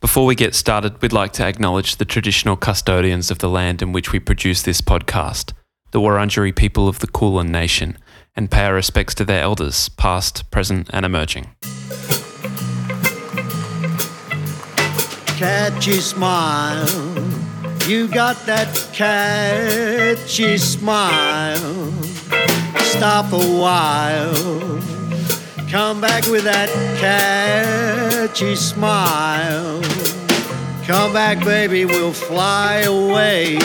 Before we get started, we'd like to acknowledge the traditional custodians of the land in which we produce this podcast, the Wurundjeri people of the Kulin Nation, and pay our respects to their elders, past, present, and emerging. catchy smile. You got that catchy smile. Stop a while. Come back with that catchy smile. Come back, baby, we'll fly away.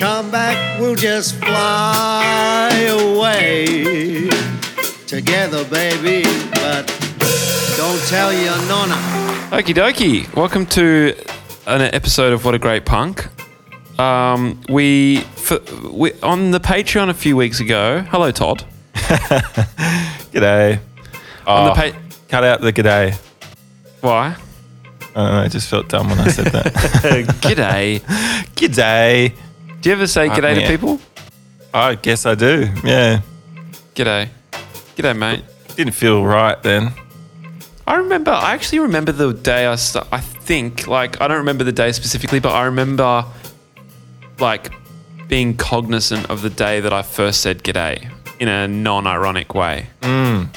Come back, we'll just fly away. Together, baby, but don't tell your nonna. Okie dokie, welcome to an episode of What a Great Punk. Um, we, for, we on the Patreon a few weeks ago. Hello, Todd. G'day. On Oh, the pa- cut out the g'day. why? I don't know, I just felt dumb when I said that. G'day. g'day. Do you ever say g'day to yeah. people? I guess I do. Yeah. G'day. G'day, mate. Didn't feel right then. I remember. I actually remember the day I. St- I think like I don't remember the day specifically, but I remember like being cognizant of the day that I first said "g'day" in a non-ironic way, Mm.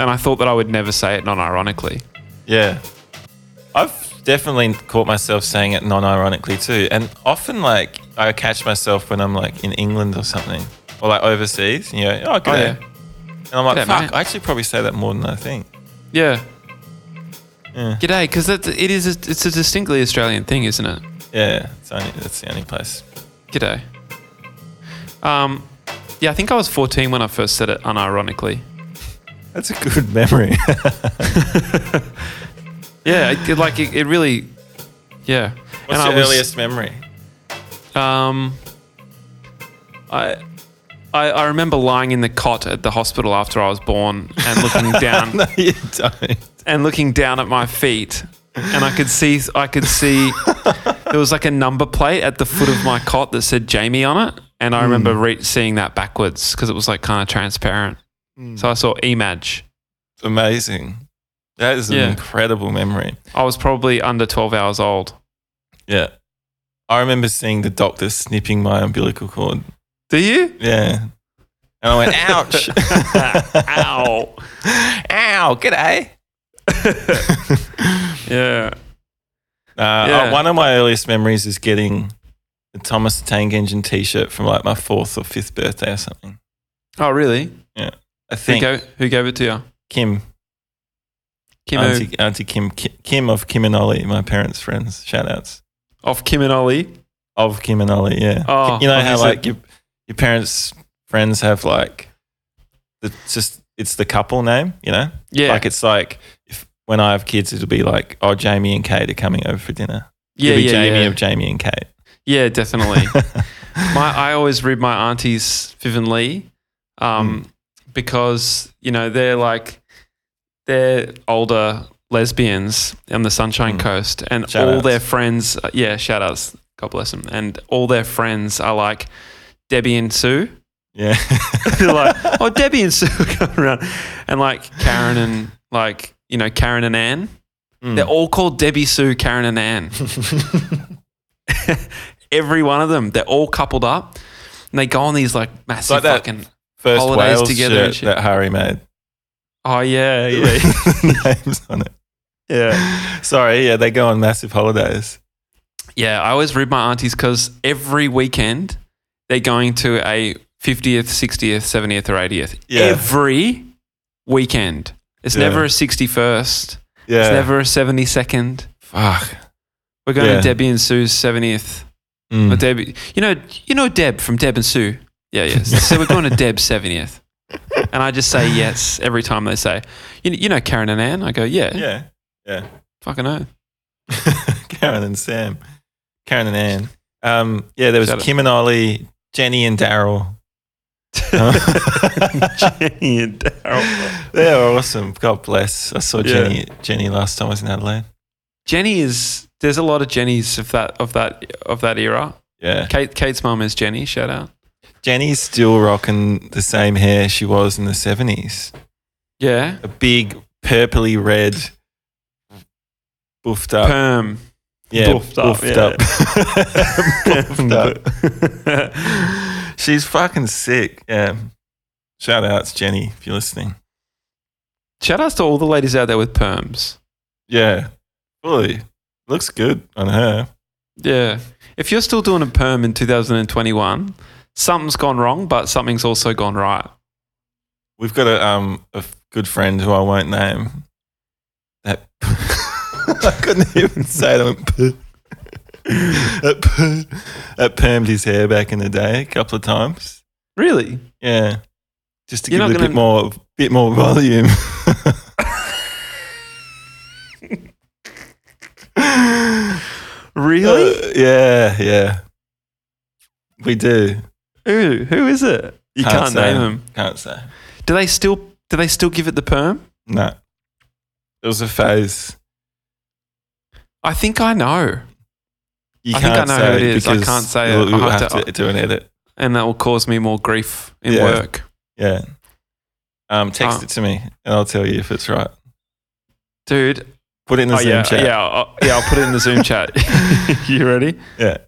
and I thought that I would never say it non-ironically. Yeah. I've definitely caught myself saying it non ironically too. And often, like, I catch myself when I'm like in England or something or like overseas, and you go, oh, g'day. yeah. And I'm like, G'day, fuck, mate." I actually probably say that more than I think. Yeah, Yeah. g'day, because it is. A, it's a distinctly Australian thing, isn't it? Yeah. It's only, that's the only place. G'day. Um, yeah, I think I was 14 when I first said it unironically. That's a good memory. Yeah, it, it, like it, it really. Yeah. What's I your was- earliest memory? Um, I, I I remember lying in the cot at the hospital after I was born and looking down No, you don't. and looking down at my feet, and I could see I could see there was like a number plate at the foot of my cot that said Jamie on it, and Hmm. I remember re- seeing that backwards because it was like kind of transparent. Hmm. So I saw Emaj. Amazing. That is an Yeah. incredible memory. I was probably under twelve hours old. Yeah. I remember seeing the doctor snipping my umbilical cord. Do you? Yeah. And I went, ouch. Ow. Ow, g'day. yeah. Uh, oh, one of my earliest memories is getting a Thomas the Tank Engine t shirt from like my fourth or fifth birthday or something. Oh really? I Who think gave, who gave it to you? Kim, Kimo. Auntie, Auntie Kim, Ki- Kim of Kim and Ollie, my parents' friends. Shout outs. Of Kim and Ollie. Of Kim and Ollie, yeah. Oh, you know how obviously. like your, your parents friends have like the just it's the couple name you know Yeah. like it's like if when i have kids it'll be like oh jamie and kate are coming over for dinner yeah, it'll be yeah, jamie yeah. of jamie and kate Yeah, definitely. my, I always read my aunties Viv and Lee um, Hmm. because, you know, they're like, they're older lesbians on the Sunshine Coast and Hmm. Shout all outs. their friends, uh, yeah, shout outs, God bless them. And all their friends are like Debbie and Sue. yeah They're like, oh, Debbie and Sue are coming around. And like Karen and like, you know, Karen and Ann. They're all called Debbie, Sue, Karen, and Ann. Every one of them. They're all coupled up. And they go on these like massive Like that. fucking. first Holidays Wales together shirt and shit. that harry made Oh, yeah, yeah. names on it yeah. sorry yeah they go on massive holidays Yeah. I always read my aunties because every weekend they're going to a 50th, 60th, 70th, or 80th. Yeah. Every weekend. It's Yeah. never a 61st, yeah it's never a 72nd. fuck We're going Yeah. to Debbie and Sue's 70th. Mm. But Debbie, you know, you know Deb from Deb and Sue. Yeah, yes. so we're going to Deb's 70th. And I just say yes every time they say, you, you know Karen and Ann? I go, yeah, yeah yeah fucking know. Karen and Sam, Karen and Ann. Um, yeah, there was Shout out. Kim and Ollie, Jenny and Daryl. Jenny and Daryl. they are awesome. God bless. I saw Jenny Jenny last time I was in Adelaide. Jenny is, there's a lot of Jennies of that, of that, of that era. Yeah, Kate, Kate's mum is Jenny, shout out. Jenny's still rocking the same hair she was in the seventies. Yeah. A big purpley red Boofed up. Perm. yeah, boofed up, Boofed yeah. up. Boofed up. She's fucking sick. Yeah. Shout outs, Jenny, if you're listening. Shout outs to all the ladies out there with perms. Yeah. Fully. Looks good on her. Yeah. If you're still doing a perm in 2021, something's gone wrong, but something's also gone right. We've got a um a f- good friend who I won't name. That I couldn't even say it. I went, "Puh." that, puh. that permed his hair back in the day a couple of times. Really? Yeah, just to You're give not it a bit gonna- more bit more volume. Really? Uh, yeah, yeah. We do. Who? Who is it? You can't, say. name them. Can't say. Do they still do they still give it the perm? No. It was a phase. I think I know. You I think I can't know say who it is. I because can't say it. we'll- I'll We'll have have to- to do an edit. And that will cause me more grief in Yeah. work. Yeah. Um, text Oh. it to me and I'll tell you if it's right. Dude. Put it in the Oh, Zoom yeah, chat. yeah, I'll, yeah, I'll put it in the Zoom chat. you ready? Yeah.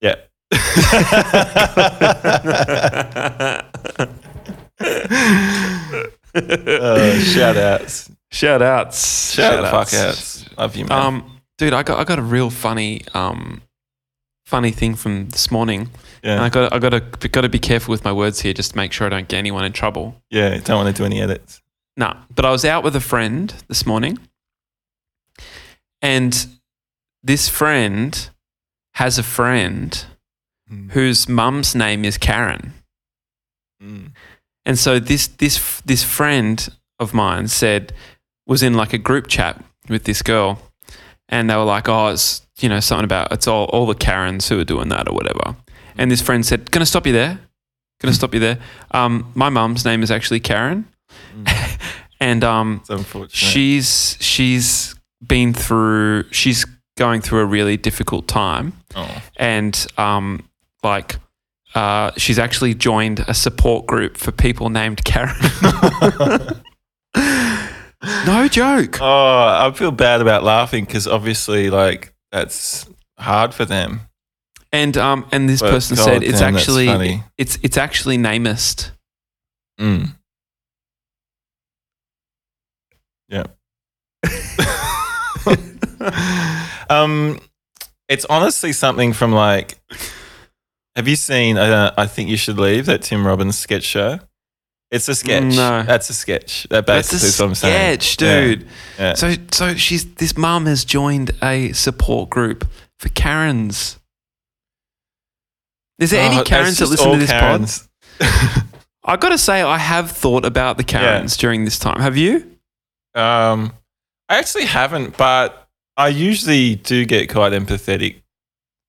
Yeah. oh, shout outs. Shout outs. Shout, the outs. fuck outs. Love you, man. Um, dude, I got I got a real funny um, funny thing from this morning, and I yeah. got I got to got to be careful with my words here, just to make sure I don't get anyone in trouble. Yeah. Don't want to do any edits. Nah, but I was out with a friend this morning, and this friend has a friend Mm. whose mum's name is Karen. Mm. And so this this this friend of mine said was in like a group chat with this girl, and they were like, "Oh, it's you know something about it's all all the Karens who are doing that or whatever." And this friend said, "Gonna stop you there, gonna stop you there. Um, my mum's name is actually Karen, and um, It's unfortunate. she's she's been through she's going through a really difficult time, Oh. and um, like." Uh, she's actually joined a support group for people named Karen. No joke. Oh, I feel bad about laughing because obviously, like, that's hard for them. And um, and this But person God said it's damn, that's actually funny. it's it's actually namist. Mm. Yeah. um, it's honestly something from like. Have you seen? Uh, I think you should leave that Tim Robbins sketch show. It's a sketch. No. that's a sketch. That That's basically a is what I'm saying. sketch, Yeah, dude. yeah. So so she's this mum has joined a support group for Karens. Is there Oh, any it's Karens that just listen all to this Karens. pod? I got to say, I have thought about the Karens during this time. Have you? Um, I actually haven't, but I usually do get quite empathetic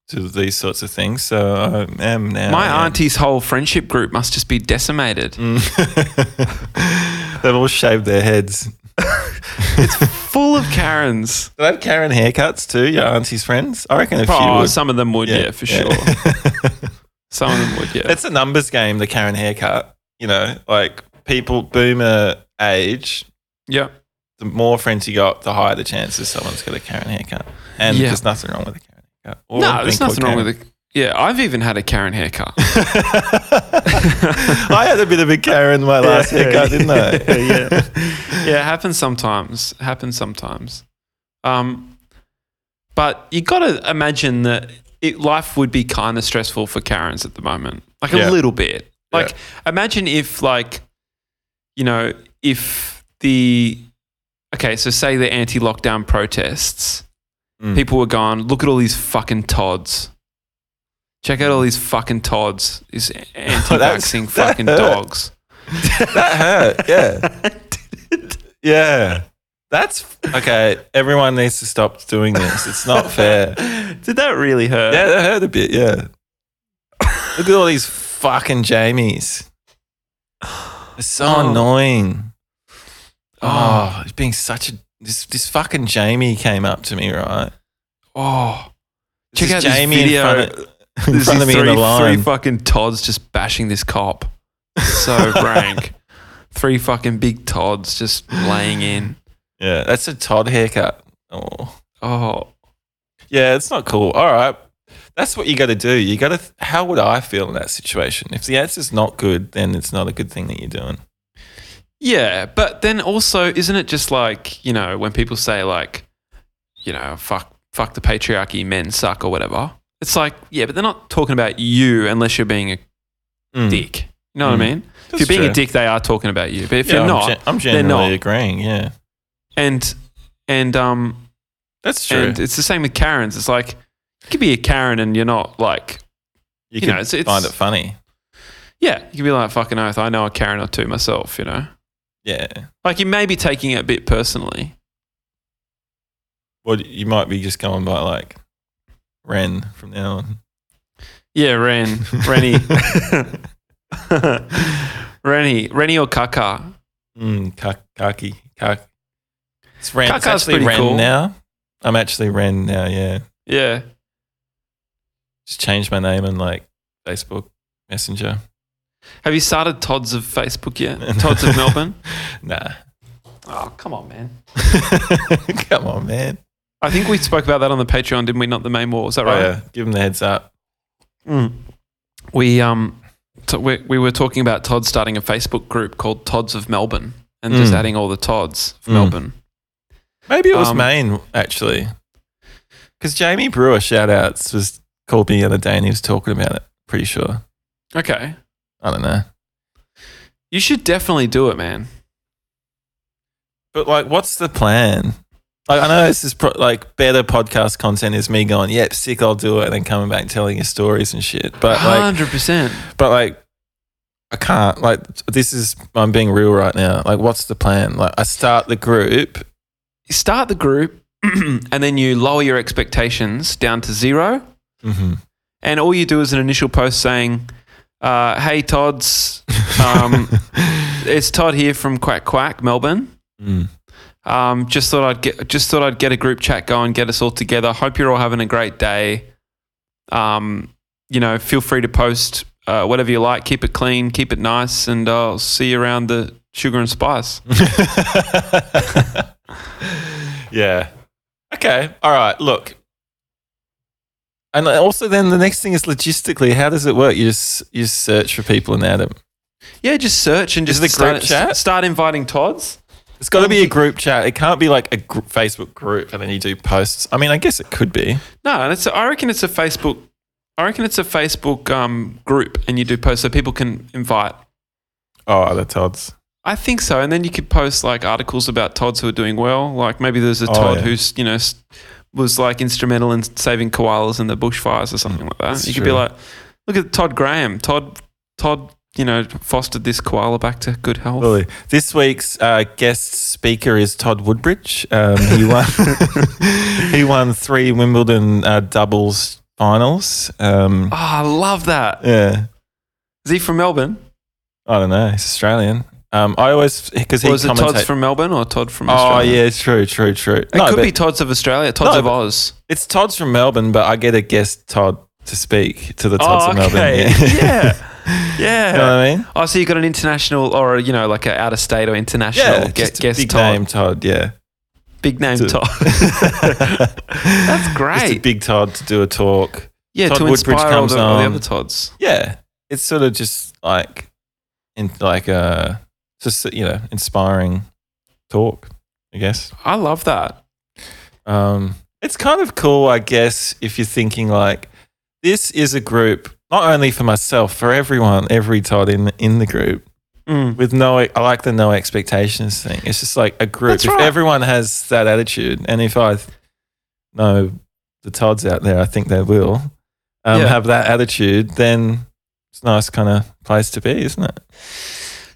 to these sorts of things. So I am now. My yeah. auntie's whole friendship group must just be decimated. Mm. They've all shaved their heads. Full of Karens. Do they have Karen haircuts too, your auntie's friends? I reckon a few Oh, would. some of them would, yeah, for sure. sure. Some of them would, yeah. it's a numbers game, the Karen haircut. You know, like people boomer age, yeah. the more friends you got, the higher the chances someone's got a Karen haircut. And Yeah. there's nothing wrong with a Karen haircut. Or No, there's nothing wrong with it. Yeah, I've even had a Karen haircut. it. I had a bit of a Karen in my last haircut, didn't I? yeah. Yeah, it happens sometimes. It happens sometimes. Um, but you got to imagine that it, life would be kind of stressful for Karens at the moment, like Yeah. a little bit. Yeah. Like, imagine if, like, you know, if the okay, so say the anti-lockdown protests, Mm. people were gone. Look at all these fucking tods. Check out all these fucking tods. These anti-vaxxing that fucking hurt. dogs. That hurt. Yeah. yeah. That's okay. Everyone needs to stop doing this. It's not fair. Did that really hurt? Yeah, that hurt a bit. Yeah. Look at all these fucking Jamies. It's so Oh. annoying. Ah. Oh, it's being such a. This, this fucking Jamie came up to me, right? Oh. This Check is out this video. in front of, in There's front of these me in three, the line. three fucking Tods just bashing this cop. So rank. Three fucking big Tods just laying in. yeah, that's a Todd haircut. Oh, Oh, Yeah, it's not cool. All right. That's what you got to do. You got to. Th- how would I feel in that situation? If the answer's not good, then it's not a good thing that you're doing. yeah. But then also, isn't it just like you know when people say like, you know, fuck, fuck the patriarchy, men suck or whatever. It's like yeah, but they're not talking about you unless you're being a Mm. dick. You know what I Mm. mean? That's if you're being true. a dick, they are talking about you. But if Yeah, you're I'm not, gen- I'm they're generally not. agreeing. Yeah, and and um that's true. and it's the same with Karens. It's like you could be a Karen and you're not like you you can know, it's- find it's- it funny. yeah, you could be like fucking oath. I know a Karen or two myself. You know, Yeah. like you may be taking it a bit personally. Well, you might be just going by like Ren from now on. Yeah, Ren, Rennie, Rennie, Rennie or Kaka. Mm, ka- kaki. Kak. It's Ren. Kaka's it's actually pretty Ren cool. now. I'm actually Ren now. Yeah. Yeah, Just changed my name on like Facebook Messenger. have you started Todd's of Facebook yet? Todd's of Melbourne. Nah. Oh, come on, man. Come on, man. I think we spoke about that on the Patreon, didn't we? Not the main wall. Is that Oh, right? yeah. Give them the heads up. Mm. We um, t- we, we were talking about Todd starting a Facebook group called Tods of Melbourne and just Mm. adding all the Tods of Mm. Melbourne. Maybe it was Um, Maine, actually. Because Jamie Brewer, shout outs, was called me the other day and he was talking about it. Pretty sure. Okay, I don't know. you should definitely do it, man. But like, what's the plan? Like, I know this is pro- like better podcast content is me going, yep, sick, I'll do it, and then coming back and telling you stories and shit. But like, Hundred percent. but like, I can't. Like, this is I'm being real right now. Like, what's the plan? Like, I start the group. Start the group, and then you lower your expectations down to zero, Mm-hmm. and all you do is an initial post saying, uh, "Hey, Tods, um, it's Todd here from Quack Quack, Melbourne." Um, just thought I'd get just thought I'd get a group chat going, get us all together. Hope you're all having a great day. Um, you know, feel free to post uh, whatever you like. Keep it clean, keep it nice, and I'll see you around the sugar and spice. Mm. yeah. Okay. All right. Look. And also, then the next thing is logistically, how does it work? You just you just search for people and add them. Yeah, just search and Is just it a start, group chat? start inviting Todd's. It's got to be a group chat. It can't be like a gr- Facebook group and then you do posts. I mean, I guess it could be. No, and it's I reckon it's a Facebook. I reckon it's a Facebook um, group, and you do post so people can invite. Oh, that's odds. I think so, and then you could post like articles about Tods who are doing well. Like maybe there's a Oh, Todd yeah. who's you know s- was like instrumental in saving koalas in the bushfires or something like that. Mm, That's you could be true. like, look at Todd Graham. Todd, Todd, you know, fostered this koala back to good health. Really. This week's uh, guest speaker is Todd Woodbridge. Um, he won. he won three Wimbledon uh, doubles finals. Um, Oh, I love that. yeah, Is he from Melbourne? I don't know. He's Australian. Um, I always because he Or is it Todd's commentate- from Melbourne or Todd from Oh Australia? yeah, true, true, true. It no, could but be Todd's of Australia, Todd's No, of but- Oz. it's Todd's from Melbourne, but I get a guest Todd to speak to the Todd's Oh, from okay. Melbourne. yeah. Yeah. you know what I mean? Oh, so you got an international or, you know, like an out of state or international Yeah, gue- just a guest big Todd. name Todd. Yeah, Big name To- Todd. that's Just a great. big Todd to do a talk. Yeah, Todd to Woodbridge inspire all comes the, all the on. other Todds. Yeah, it's sort of just like, in like a just you know inspiring talk, I guess. I love that. Um, it's kind of cool, I guess, if you're thinking like, this is a group not only for myself, for everyone, every Todd in in the group. Mm. with no I like the no expectations thing. It's just like a group. That's if right. everyone has that attitude, and if I th- know the Tods out there, I think they will um, Yeah. have that attitude. Then it's a nice kind of place to be, isn't it?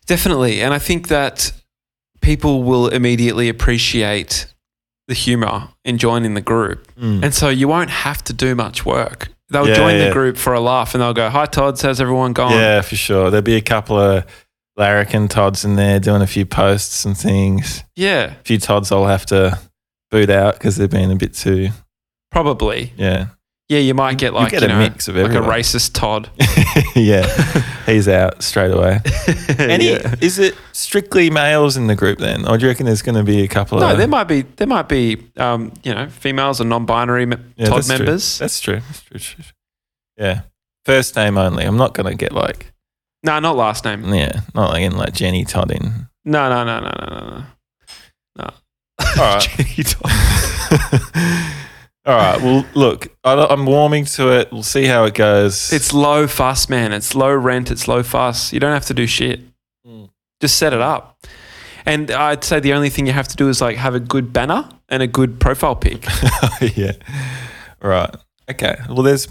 Definitely. And I think that people will immediately appreciate the humor in joining the group. And so you won't have to do much work. They'll Mm. Yeah, join yeah. the group for a laugh and they'll go, Hi, Todd's. How's everyone going? Yeah, for sure. There'll be a couple of larrikin Tods in there doing a few posts and things. Yeah, A few Tods I'll have to boot out because they've been a bit too probably. yeah. Yeah, you might get like get you a know, mix of like a everyone. racist Todd. yeah, he's out straight away. Any Yeah. is it strictly males in the group then, or do you reckon there's going to be a couple No, of there might be there might be um, you know females or non-binary me- Yeah, Todd that's true. members. That's true. That's true. true, true. Yeah, first name only. I'm not going to get like No, not last name. yeah, not like in like Jenny Todd in. No, no, no, no, no, no, no. All right. Jenny Todd. All right. Well, look, I, don't- I'm warming to it. We'll see how it goes. It's low fuss, man. It's low rent. It's low fuss. You don't have to do shit. Mm. Just set it up. And I'd say the only thing you have to do is like have a good banner and a good profile pic. yeah. All right. Okay. Well, there's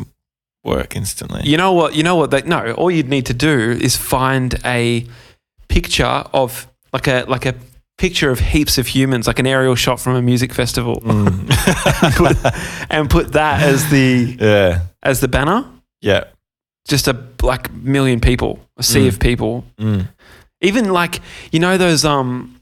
work instantly. You know what? You know what? They, no, all you'd need to do is find a picture of like a like a picture of heaps of humans, like an aerial shot from a music festival, Mm. and put that as the Yeah. as the banner. Yeah. Just a like million people, a sea Mm. of people. Mm. Even like you know those um,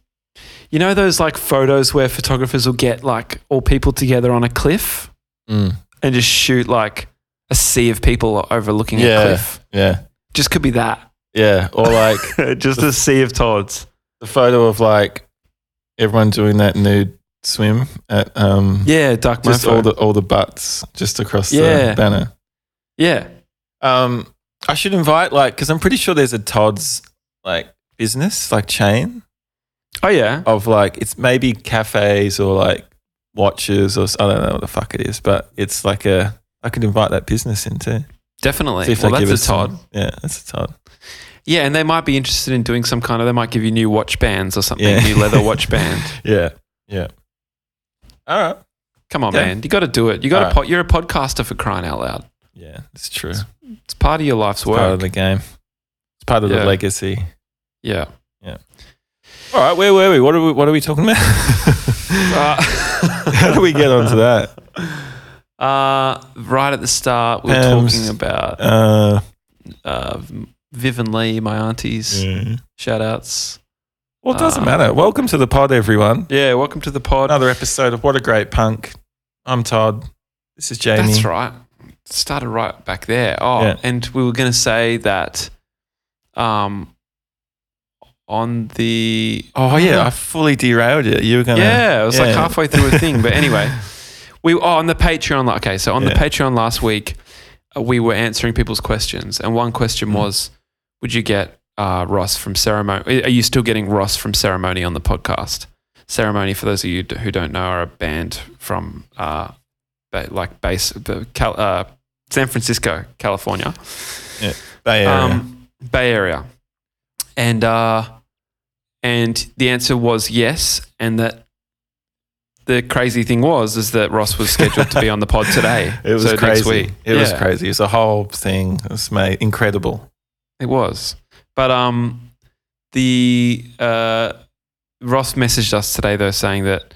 you know those like photos where photographers will get like all people together on a cliff Mm. and just shoot like a sea of people overlooking a Yeah. cliff. Yeah. Just could be that. Yeah. Or like just a sea of Todds. the photo of like everyone doing that nude swim at um Yeah, Duck just Mofo. all the all the butts just across Yeah. the banner. yeah. Um, I should invite like because I'm pretty sure there's a Todd's like business like chain Oh yeah. of like it's maybe cafes or like watches or s- I don't know what the fuck it is, but it's like a I could invite that business in too. Definitely. See if well, they give that's us a Todd. some- yeah, that's a Todd. Yeah, and they might be interested in doing some kind of. They might give you new watch bands or something. Yeah. New leather watch band. Yeah, yeah. All right. Come on, Yeah. man. You got to do it. You got Alright. to. Po- you're a podcaster for crying out loud. Yeah, it's true. It's It's part of your life's work. part of the game. It's part of Yeah. the legacy. yeah. All right, where were we? What are we? What are we talking about? How do we get onto that? Uh, right at the start, we were Pam's- talking about Um, Uh, uh, Viv and Lee, my aunties. Shout outs. Well, it doesn't Uh, matter. Welcome to the pod, everyone. Yeah, welcome to the pod. Another episode of What a Great Punk. I'm Todd. This is Jamie. That's right. Started right back there. Oh, Yeah. and we were going to say that um, on the. Oh yeah, I fully derailed it. You were gonna. Yeah, it was like Yeah. halfway through a thing. But anyway, we oh, on the Patreon. la- Okay, so on the Yeah. Patreon last week, uh, we were answering people's questions. And one Mm. question was Would you get uh, Ross from Ceremony? Are you still getting Ross from Ceremony on the podcast? Ceremony, for those of you d- who don't know, are a band from uh, ba- like base, the Cal- uh, San Francisco, California Bay Area. um, Bay Area, and uh, and the answer was yes, and that the crazy thing was is that Ross was scheduled to be on the pod today. it was So next crazy. week. It was Yeah. crazy. It was a whole thing. It was made incredible. It was, but um, the uh, Ross messaged us today though saying that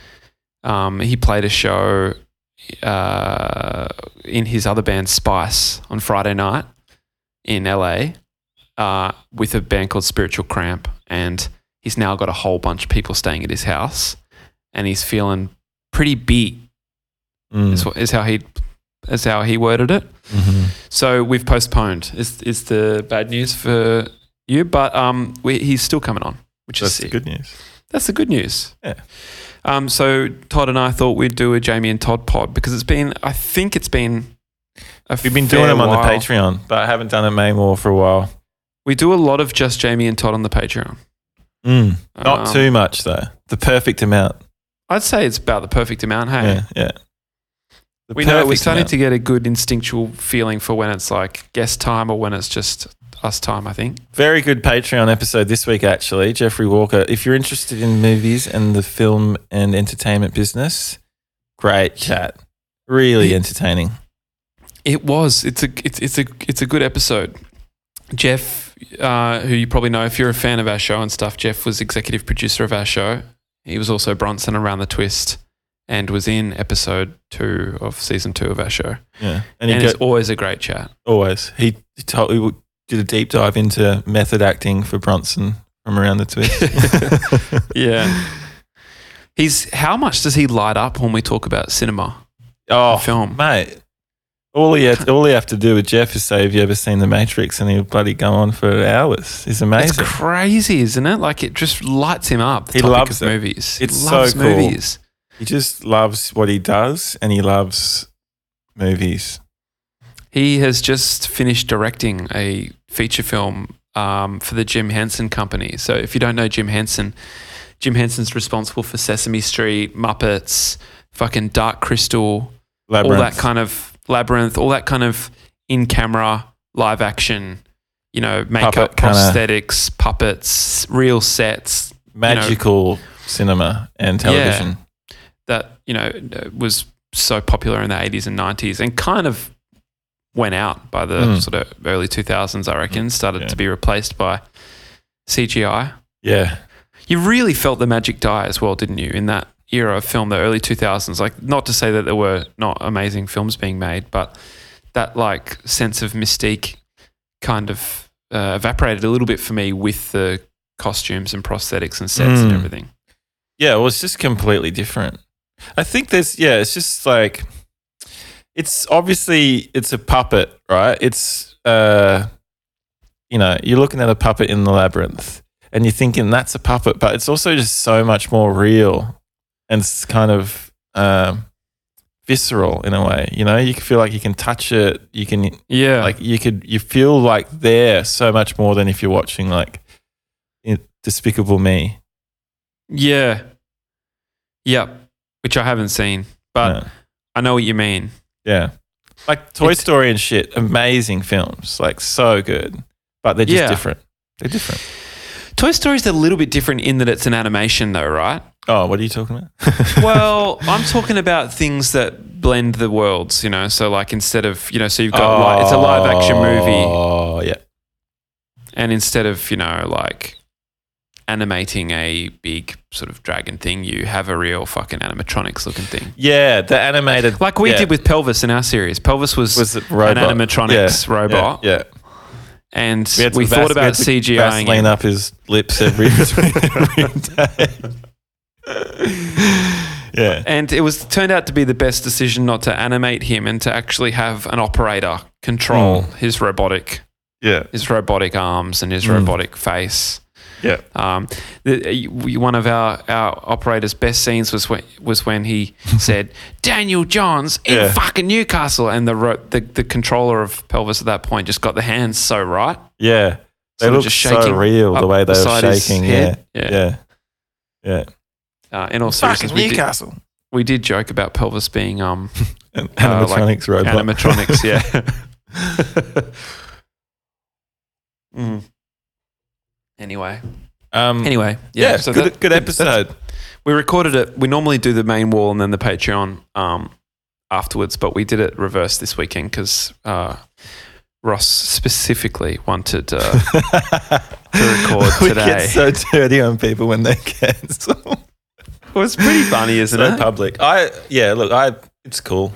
um, he played a show uh, in his other band Spice on Friday night in LA uh, with a band called Spiritual Cramp, and he's now got a whole bunch of people staying at his house, and he's feeling pretty beat. Mm. Is, what, is how he is how he worded it. Mhm. So we've postponed. Is is the bad news for you? But um, we, he's still coming on, which That's is the sick. good news. That's the good news. Yeah. Um, so Todd and I thought we'd do a Jamie and Todd pod because it's been. I think it's been. A We've been doing fair them on while. the Patreon, but I haven't done it Maymore for a while. We do a lot of just Jamie and Todd on the Patreon. Mm. Not Um, too much though. The perfect amount. I'd say it's about the perfect amount. Hey, Yeah, yeah. The we know we're perfect starting amount. to get a good instinctual feeling for when it's like guest time or when it's just us time. I think. Very good Patreon episode this week, actually. Jeffrey Walker. If you're interested in movies and the film and entertainment business, great chat. Really entertaining. It was. It's a. It's, it's a. It's a good episode. Jeff, uh, who you probably know if you're a fan of our show and stuff, Jeff was executive producer of our show. He was also Bronson around the twist, and was in episode two of season two of our show. Yeah, and And, he it's go- always a great chat. always he he, told, he would- did a deep dive into method acting for Bronson from around the twist. Yeah. He's how much does he light up when we talk about cinema, oh, film? mate. All he had, all you have to do with Jeff is say, "Have you ever seen The Matrix?" and he'll bloody go on for hours. It's It's amazing. crazy, isn't it? Like it just lights him up. The He topic loves of it. movies. It's he so loves cool. movies. he just loves what he does, and he loves movies. He has just finished directing a feature film um, for the Jim Henson Company. So if you don't know Jim Henson, Jim Henson's responsible for Sesame Street, Muppets, fucking Dark Crystal, Labyrinth. all that kind of labyrinth, all that kind of in camera live action, you know, makeup, Puppet kinda- prosthetics, puppets, real sets, magical cinema and television. that you know was so popular in the 80s and 90s and kind of went out by the Mm. sort of early 2000s i reckon started yeah. to be replaced by cgi Yeah, you really felt the magic die as well didn't you in that era of film the early 2000s like not to say that there were not amazing films being made but that like sense of mystique kind of uh, evaporated a little bit for me with the costumes and prosthetics and sets and Mm. everything yeah. Well, it's just completely different. I think there's yeah. It's just like it's obviously it's a puppet, right? It's uh, you know, you're looking at a puppet in the labyrinth, and you're thinking that's a puppet, but it's also just so much more real, and it's kind of um, visceral in a way. You know, you feel like you can touch it, you can yeah like you could you feel like there so much more than if you're watching like in- Despicable Me. Yeah. Yep. Which I haven't seen, but yeah. I know what you mean. Yeah. like Toy It's- Story and shit, amazing films, like so good, but they're just Yeah. different. They're different. Toy Story's a little bit different in that it's an animation, though, right? Oh, what are you talking about? Well, I'm talking about things that blend the worlds, you know. So, like, instead of, you know, so you've got, li- it's a live action movie, Oh yeah, and instead of, you know, like animating a big sort of dragon thing, you have a real fucking animatronics looking thing. yeah. The animated Like we yeah, did with Pelvis in our series. Pelvis was, was it an robot? animatronics Yeah, robot, Yeah, yeah. and we, We, had to vas- thought we about had to CGIing. Vaseline it. up his lips every, every day. yeah. And it was turned out to be the best decision not to animate him and to actually have an operator control Mm. his robotic Yeah. his robotic arms and his Mm. robotic face. Yeah. Um, the, uh, we- one of our, our operator's best scenes was when, was when he said, Daniel Johns in Yeah. fucking Newcastle. And the, ro- the, the controller of Pelvis at that point just got the hands so right. Yeah. They Sort of look just so shaking real the up way they were beside his shaking. Yeah. head. Yeah. Yeah. Yeah. Uh, in all seriousness, we did, Newcastle. we did joke about Pelvis being um, An animatronics robot. animatronics, yeah. Mm. Anyway, um, anyway, Yeah. yeah. so good, that- good that- episode. We recorded it. We normally do the main wall and then the Patreon um, afterwards, but we did it reverse this weekend because uh, Ross specifically wanted. Uh, record we today. get so dirty on people when they cancel. it was pretty funny, isn't so it? public. I yeah. Look, I it's cool.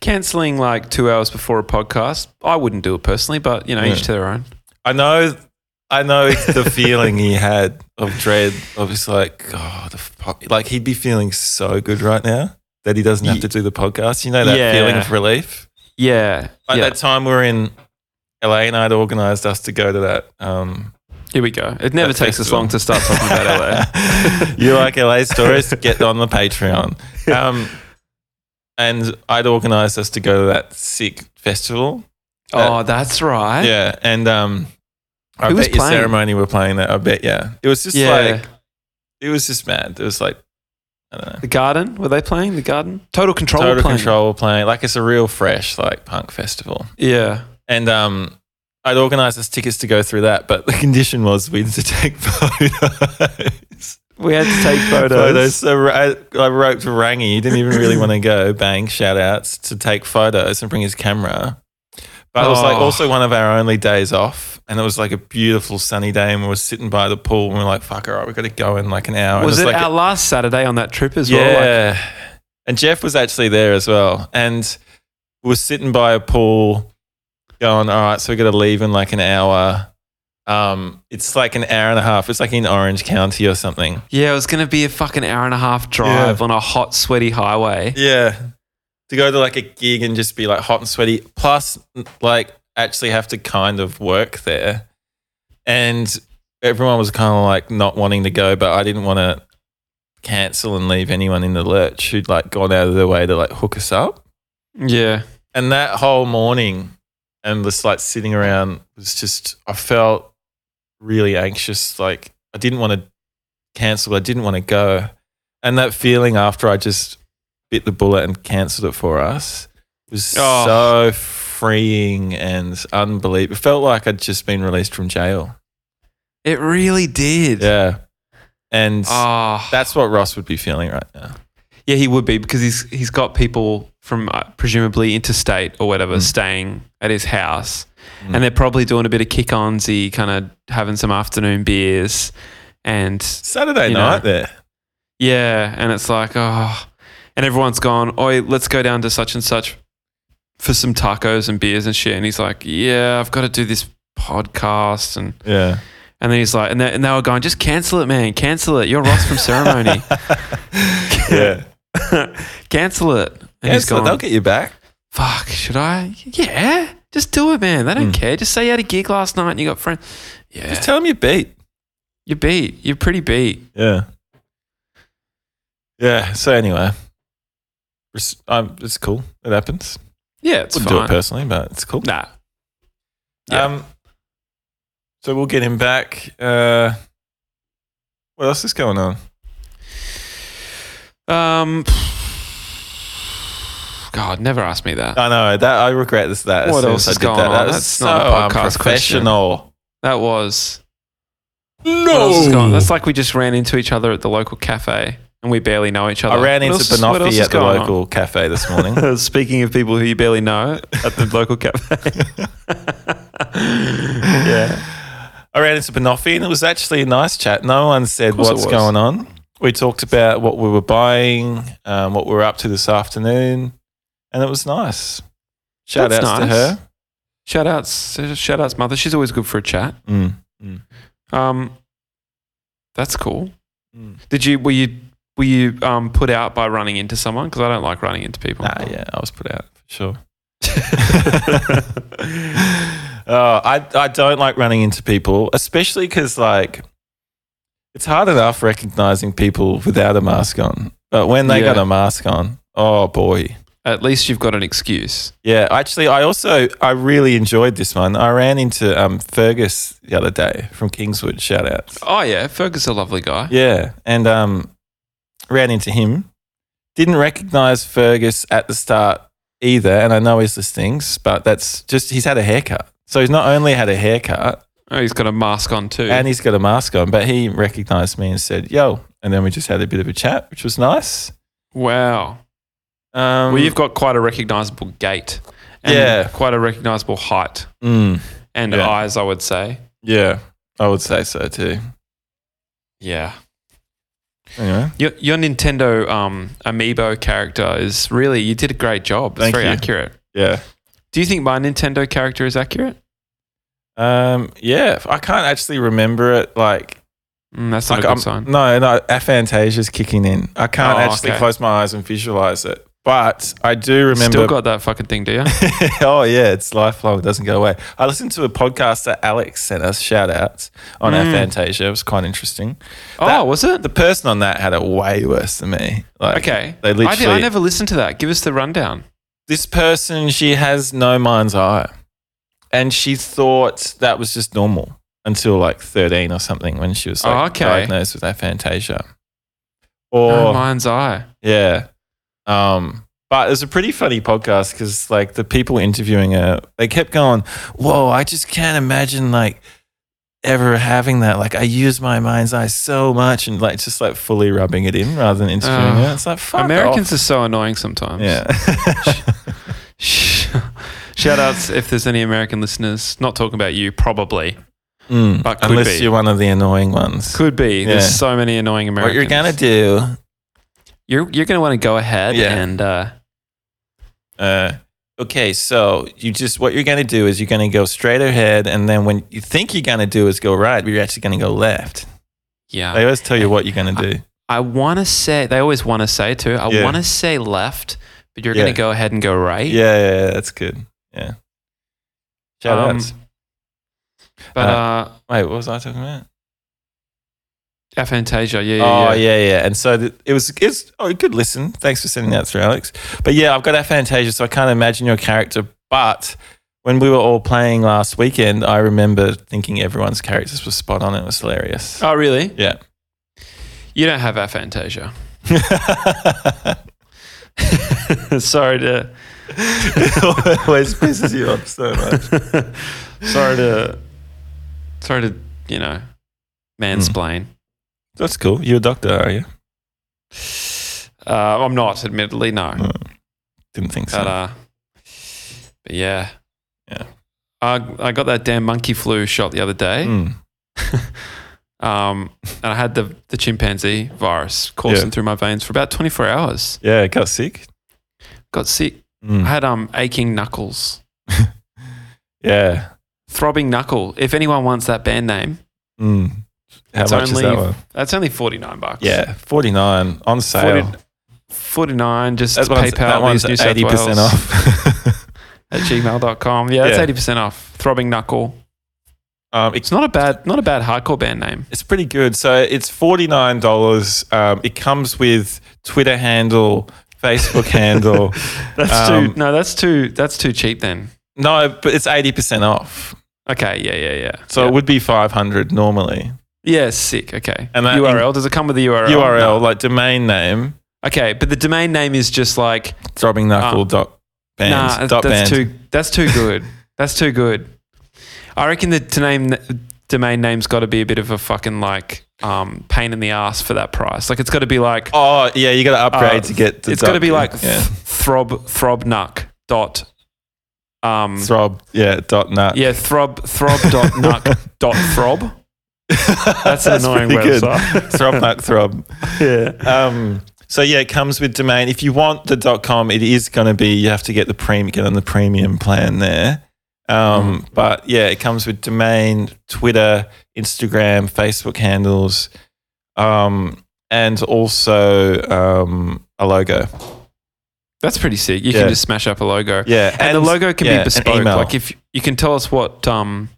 Canceling like two hours before a podcast. I wouldn't do it personally, but you know, Yeah. each to their own. I know. I know the feeling he had of dread. Of just like, oh, the fuck. like he'd be feeling so good right now that he doesn't have to do the podcast. You know that Yeah. feeling of relief. Yeah, Like yeah. that time we were in LA and I'd organised us to go to that. Um, Here we go. It never that takes us festival. long to start talking about LA. you like LA stories? Get on the Patreon. Um, and I'd organised us to go to that sick festival. Oh, that's right. Yeah, and um, I Who was bet your playing? ceremony were playing that. I bet yeah. It was just Yeah. like it was just mad. It was like I don't know. The Garden? Were they playing The Garden? Total Control. were Total playing. control were playing. Like it's a real fresh like punk festival. Yeah. And um, I'd organised us tickets to go through that, but the condition was we had to take photos. We had to take photos. So I, I roped Rangi. He didn't even really want to go. Bang! Shout outs to take photos and bring his camera. But it was like Oh. also one of our only days off, and it was like a beautiful sunny day, and we were sitting by the pool, and we are like, "Fuck, all right, we've got to go in like an hour." And Was it like our last Saturday on that trip as well? Like, yeah. and Jeff was actually there as well. And we were sitting by a pool going, all right, so we got to leave in like an hour. Um, it's like an hour and a half. It's like in Orange County or something. yeah, it was going to be a fucking hour and a half drive on a hot, sweaty highway. Yeah. to go to like a gig and just be like hot and sweaty, plus like actually have to kind of work there. And everyone was kind of like not wanting to go, but I didn't want to cancel and leave anyone in the lurch who'd like gone out of their way to like hook us up. Yeah. And that whole morning and just like sitting around was just, I felt really anxious. Like I didn't want to cancel, I didn't want to go. And that feeling after I just bit the bullet and cancelled it for us was Oh. so freeing and unbelievable. It felt like I'd just been released from jail. It really did. Yeah. And Ah. that's what Ross would be feeling right now. yeah, he would be because he's he's got people from uh, presumably interstate or whatever staying at his house, and they're probably doing a bit of kick onsy, kind of having some afternoon beers, and Saturday You know. night there. yeah, and it's like oh, and everyone's gone. Oi, let's go down to such and such for some tacos and beers and shit. And he's like, yeah, I've got to do this podcast and Yeah. and then he's like and they, and they were going just cancel it man cancel it you're ross from ceremony Yeah. cancel it and yeah he's so gone they'll get you back. fuck, should I? Yeah, just do it, man. They Hmm. don't care. Just say you had a gig last night and you got friends. Yeah, Just tell them you beat. you're beat. You're pretty beat. Yeah. Yeah. So anyway, res- um, it's cool. It happens. Yeah, it's Wouldn't do it fine. personally, but it's cool. nah, yeah. Um, so we'll get him back. Uh, what else is going on? Um, God, never ask me that. I know that I regret this. That as What soon else as I is did going that. on? That was That's so not a podcast unprofessional. That was what else is going- No, That's like we just ran into each other at the local cafe and we barely know each other. I ran What into else is- what else Banoffee is at the going on? local cafe this morning. Speaking of people who you barely know at the local cafe. yeah. I ran into Banoffee and it was actually a nice chat. No one said course it what's was. going on. We talked about what we were buying, um, what we were up to this afternoon, and it was nice. Shout That's outs nice. to her. Shout outs, shout outs, mother. She's always good for a chat. Mm. Um, that's cool. Mm. Did you were you were you um, put out by running into someone? Because I don't like running into people. Nah, yeah, I was put out for sure. oh, I, I don't like running into people, especially because like it's hard enough recognizing people without a mask on, but when they Yeah. got a mask on, oh boy. At least you've got an excuse. Yeah, actually, I also I really enjoyed this one. I ran into um, Fergus the other day from Kingswood. Shout outs. Oh yeah, Fergus is a lovely guy. Yeah, and um, ran into him. Didn't recognize Fergus at the start either, and I know he's listening, but that's just he's had a haircut. So he's not only had a haircut Oh, he's got a mask on too. and he's got a mask on, but he recognized me and said, "Yo," and then we just had a bit of a chat, which was nice. wow. Um, well, you've got quite a recognizable gait. And Yeah. Quite a recognizable height Mm, and Yeah. eyes, I would say. yeah, I would say so too. Yeah. Anyway, Your, your Nintendo um, amiibo character is really, you did a great job. It's Thank very you. accurate. yeah. Do you think my Nintendo character is accurate? Um, yeah, I can't actually remember it. Like, Mm, that's not like a good sign. I'm- no, no, aphantasia's kicking in. I can't Oh, actually okay. close my eyes and visualize it, but I do remember. Still got that fucking thing, do you? oh yeah, it's lifelong; it doesn't go away. I listened to a podcast that Alex sent us. Shout outs on Mm. aphantasia. It was quite interesting. oh, That- was it? The person on that had it way worse than me. Like, okay. they I, literally. did, I never listened to that. Give us the rundown. this person, she has no mind's eye. And she thought that was just normal until like 13 or something when she was like Oh, okay. diagnosed with aphantasia. Or, no Oh, mind's eye. yeah. Um, but it was a pretty funny podcast because like the people interviewing her, they kept going, Whoa, I just can't imagine like ever having that. Like I use my mind's eye so much and like just like fully rubbing it in rather than interviewing Oh. her. It's like, fuck Americans are so annoying sometimes. Off. Yeah. Shout outs if there's any American listeners. Not talking about you, probably. Mm, But could unless be. you're one of the annoying ones. Could be. Yeah. There's so many annoying what Americans. you're gonna do? You're, you're going to want to go ahead Yeah. and. Uh, Uh, okay, so you just what you're gonna do is you're gonna go straight ahead, and then when you think you're gonna do is go right, but you're actually gonna go left. yeah. They Ah, eh. always tell you what you're gonna do. I want to say, they always want to say too, I Yeah. want to say left but you're Yeah. going to go ahead and go Ray. Yeah, yeah, yeah, that's good. Yeah. Shout Um, outs. But Uh, uh, Wait, what was I talking about? Aphantasia, yeah, yeah, oh yeah. yeah, yeah. And so th- it was. It's oh, good. Listen, thanks for sending that through, Alex. But yeah, I've got aphantasia, so I can't imagine your character. But when we were all playing last weekend, I remember thinking everyone's characters were spot on. It was hilarious. Oh, really? Yeah. You don't have aphantasia. sorry to it always pisses you off so much. sorry to sorry to you know mansplain. That's cool. You're a doctor, are you? Hmm. Uh, I'm not, admittedly, no. Mm, Didn't think so. But uh, but yeah, Yeah. I I got that damn monkey flu shot the other day. Mm. Um, and I had the the chimpanzee virus coursing Yeah. through my veins for about 24 hours. Yeah, it got sick. Got sick. I Mm. had um aching knuckles, Yeah. throbbing knuckle. If anyone wants that band name, Mm. How It's much is only- that one? that's only 49 bucks. Yeah, forty nine on sale. 40 49 just That one's- PayPal that one's News New South 80% Wales off. at gmail.com. Yeah, that's Yeah. 80% off. Throbbing Knuckle. um, It's it's not a bad not a bad hardcore band name. it's pretty good. So it's forty nine dollars. Um, it comes with Twitter handle, Facebook handle. That's Um, too No, that's too that's too cheap then. No, but it's eighty percent off. Okay, yeah, yeah, yeah. So yeah. it would be five hundred normally. Yeah, sick. Okay. And that URL does it come with the URL? URL No. like domain name Okay, but the domain name is just like throbbing knuckle dot band nah, that's, dot that's band. too that's too good. that's too good. I reckon the to name domain name's got to be a bit of a fucking like um, pain in the ass for that price. Like it's got to be like Oh yeah, you got to upgrade Uh, to get. To it's got to be like dot- yeah. throb throbnuck dot um throb yeah dot nut. yeah throb throb dot nuck dot throb. That's an annoying pretty good. website. throb nut throb. yeah. Um, so yeah, it comes with domain. If you want the dot .com, it is going to be you have to get the premium, get on the premium plan there. Mm. Um, But yeah, it comes with domain, Twitter, Instagram, Facebook handles, um, and also um, a logo. That's pretty sick. You Yeah. can just smash up a logo. Yeah, And, the logo can yeah, be an bespoke. email. Like if you can tell us what um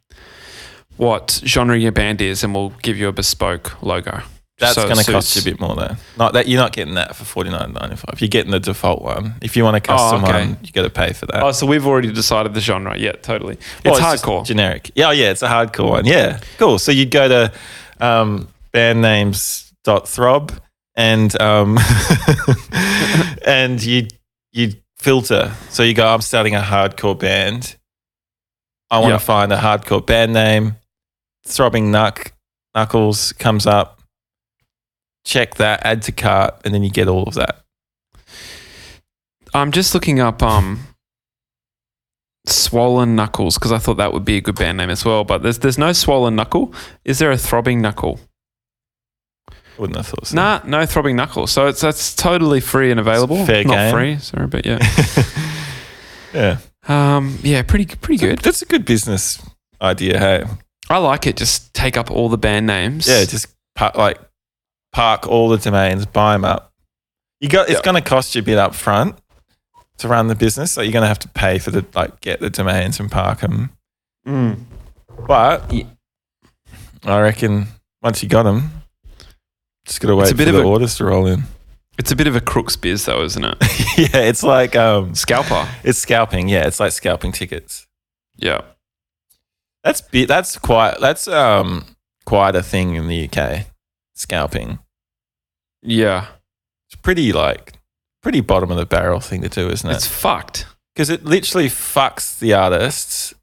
what genre your band is and we'll give you a bespoke logo. that's So it going to cost suits- you a bit more though. Not that you're not getting that for forty nine ninety five. You're getting the default one. If you want a custom Oh, okay. one, you got to pay for that. Oh, so we've already decided the genre. Yeah, totally. Well, it's just hardcore. generic. Yeah, oh, yeah, it's a hardcore one. Yeah, cool. So you'd go to um, bandnames.throb and um, and you'd, you'd filter. So you go, I'm starting a hardcore band. I want Yeah. to find a hardcore band name. Throbbing Knuck, Knuckles comes up. Check that, add to cart, and then you get all of that. I'm just looking up um swollen knuckles because I thought that would be a good band name as well. But there's there's no swollen knuckle. Is there a throbbing knuckle? Wouldn't have thought so. Nah, no throbbing knuckle. So it's that's totally free and available. fair Not game. free, sorry, but yeah. yeah. Um, yeah, pretty pretty good. That's a good business idea, hey? I like it. Just take up all the band names. Yeah, just park, like park all the domains, buy them up. You got it's Yeah. going to cost you a bit up front to run the business, so you're going to have to pay for the like get the domains and park them. Mm. But Ye- I reckon once you got them, just got to wait a for bit of the a- orders to roll in. It's a bit of a crook's biz, though, isn't it? yeah, it's like um, Scalper. it's scalping. Yeah, it's like scalping tickets. Yeah. That's bi- that's quite that's um quite a thing in the UK. Scalping. Yeah. It's pretty like pretty bottom of the barrel thing to do, isn't It's it? fucked. Because it literally fucks the artists,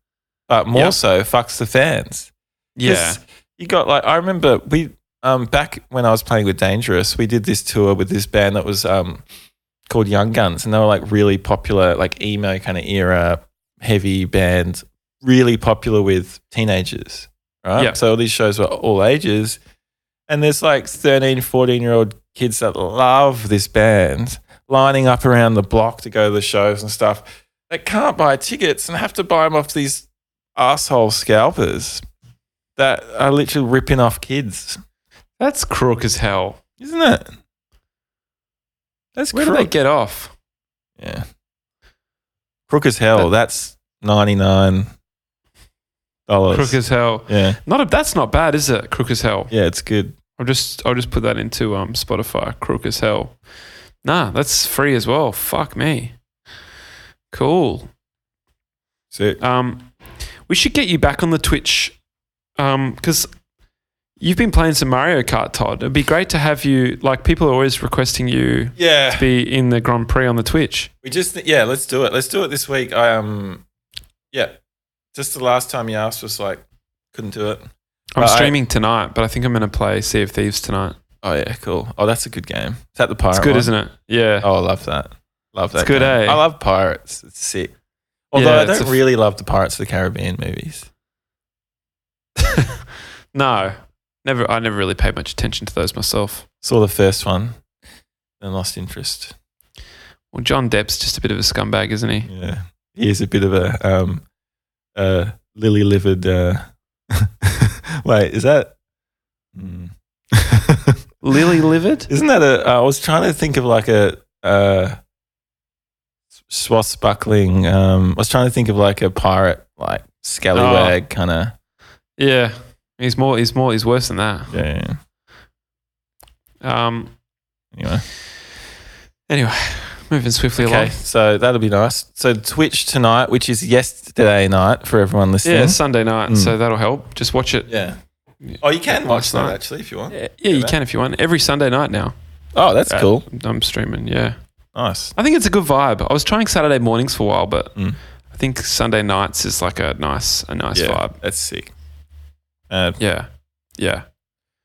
but more Yeah. so fucks the fans. Yeah. 'Cause you got like I remember we um back when I was playing with Dangerous, we did this tour with this band that was um called Young Guns, and they were like really popular, like emo kind of era heavy band, really popular with teenagers, right? Yeah. So all these shows were all ages. And there's like 13, 14 year old kids that love this band lining up around the block to go to the shows and stuff that can't buy tickets and have to buy them off these asshole scalpers that are literally ripping off kids, That's crook as hell. isn't it? That's Where do crook. they get off? Yeah. Crook as hell. that's ninety nine dollars. Crook as hell. yeah. Not a, that's not bad, is it? Crook as hell. Yeah, it's good. I'll just I'll just put that into um Spotify. Crook as hell. Nah, that's free as well. Fuck me. Cool. Sick. Um, we should get you back on the Twitch. Um, because you've been playing some Mario Kart, Todd. It'd be great to have you. Like people are always requesting you Yeah. be in the Grand Prix on the Twitch. We just yeah, let's do it. Let's do it this week. I um yeah. Just the last time you asked was like couldn't do it. I'm Right. streaming tonight, but I think I'm gonna play Sea of Thieves tonight. Oh yeah, cool. Oh, that's a good game. Is that the pirate? It's good, isn't it? Yeah. Oh, I love that. Love that. It's good, game. eh? I love pirates. It's sick. Although Yeah, I it's don't a f- really love the Pirates of the Caribbean movies. No, never. I never really paid much attention to those myself. Saw the first one and lost interest. Well, John Depp's just a bit of a scumbag, isn't he? Yeah, he is a bit of a um, uh, lily livered. Uh, wait, is that? Hmm. Lily livered. Isn't that a? I was trying to think of like a uh, swashbuckling. Um, I was trying to think of like a pirate, like scallywag kind of. Yeah, he's more. He's more. He's worse than that. Yeah, yeah. Um. Anyway, Anyway, moving swiftly okay. along. So that'll be nice. So Twitch tonight, which is yesterday night for everyone listening. Yeah, it's Sunday night, Mm. so that'll help. Just watch it. Yeah. Oh, you can Last watch that night. actually if you want. Yeah, yeah you that. can if you want. Every Sunday night now. Oh, that's Uh, cool. I'm streaming. Yeah, Nice. I think it's a good vibe. I was trying Saturday mornings for a while, but Mm. I think Sunday nights is like a nice, a nice yeah, vibe. That's sick. Uh, Yeah, yeah.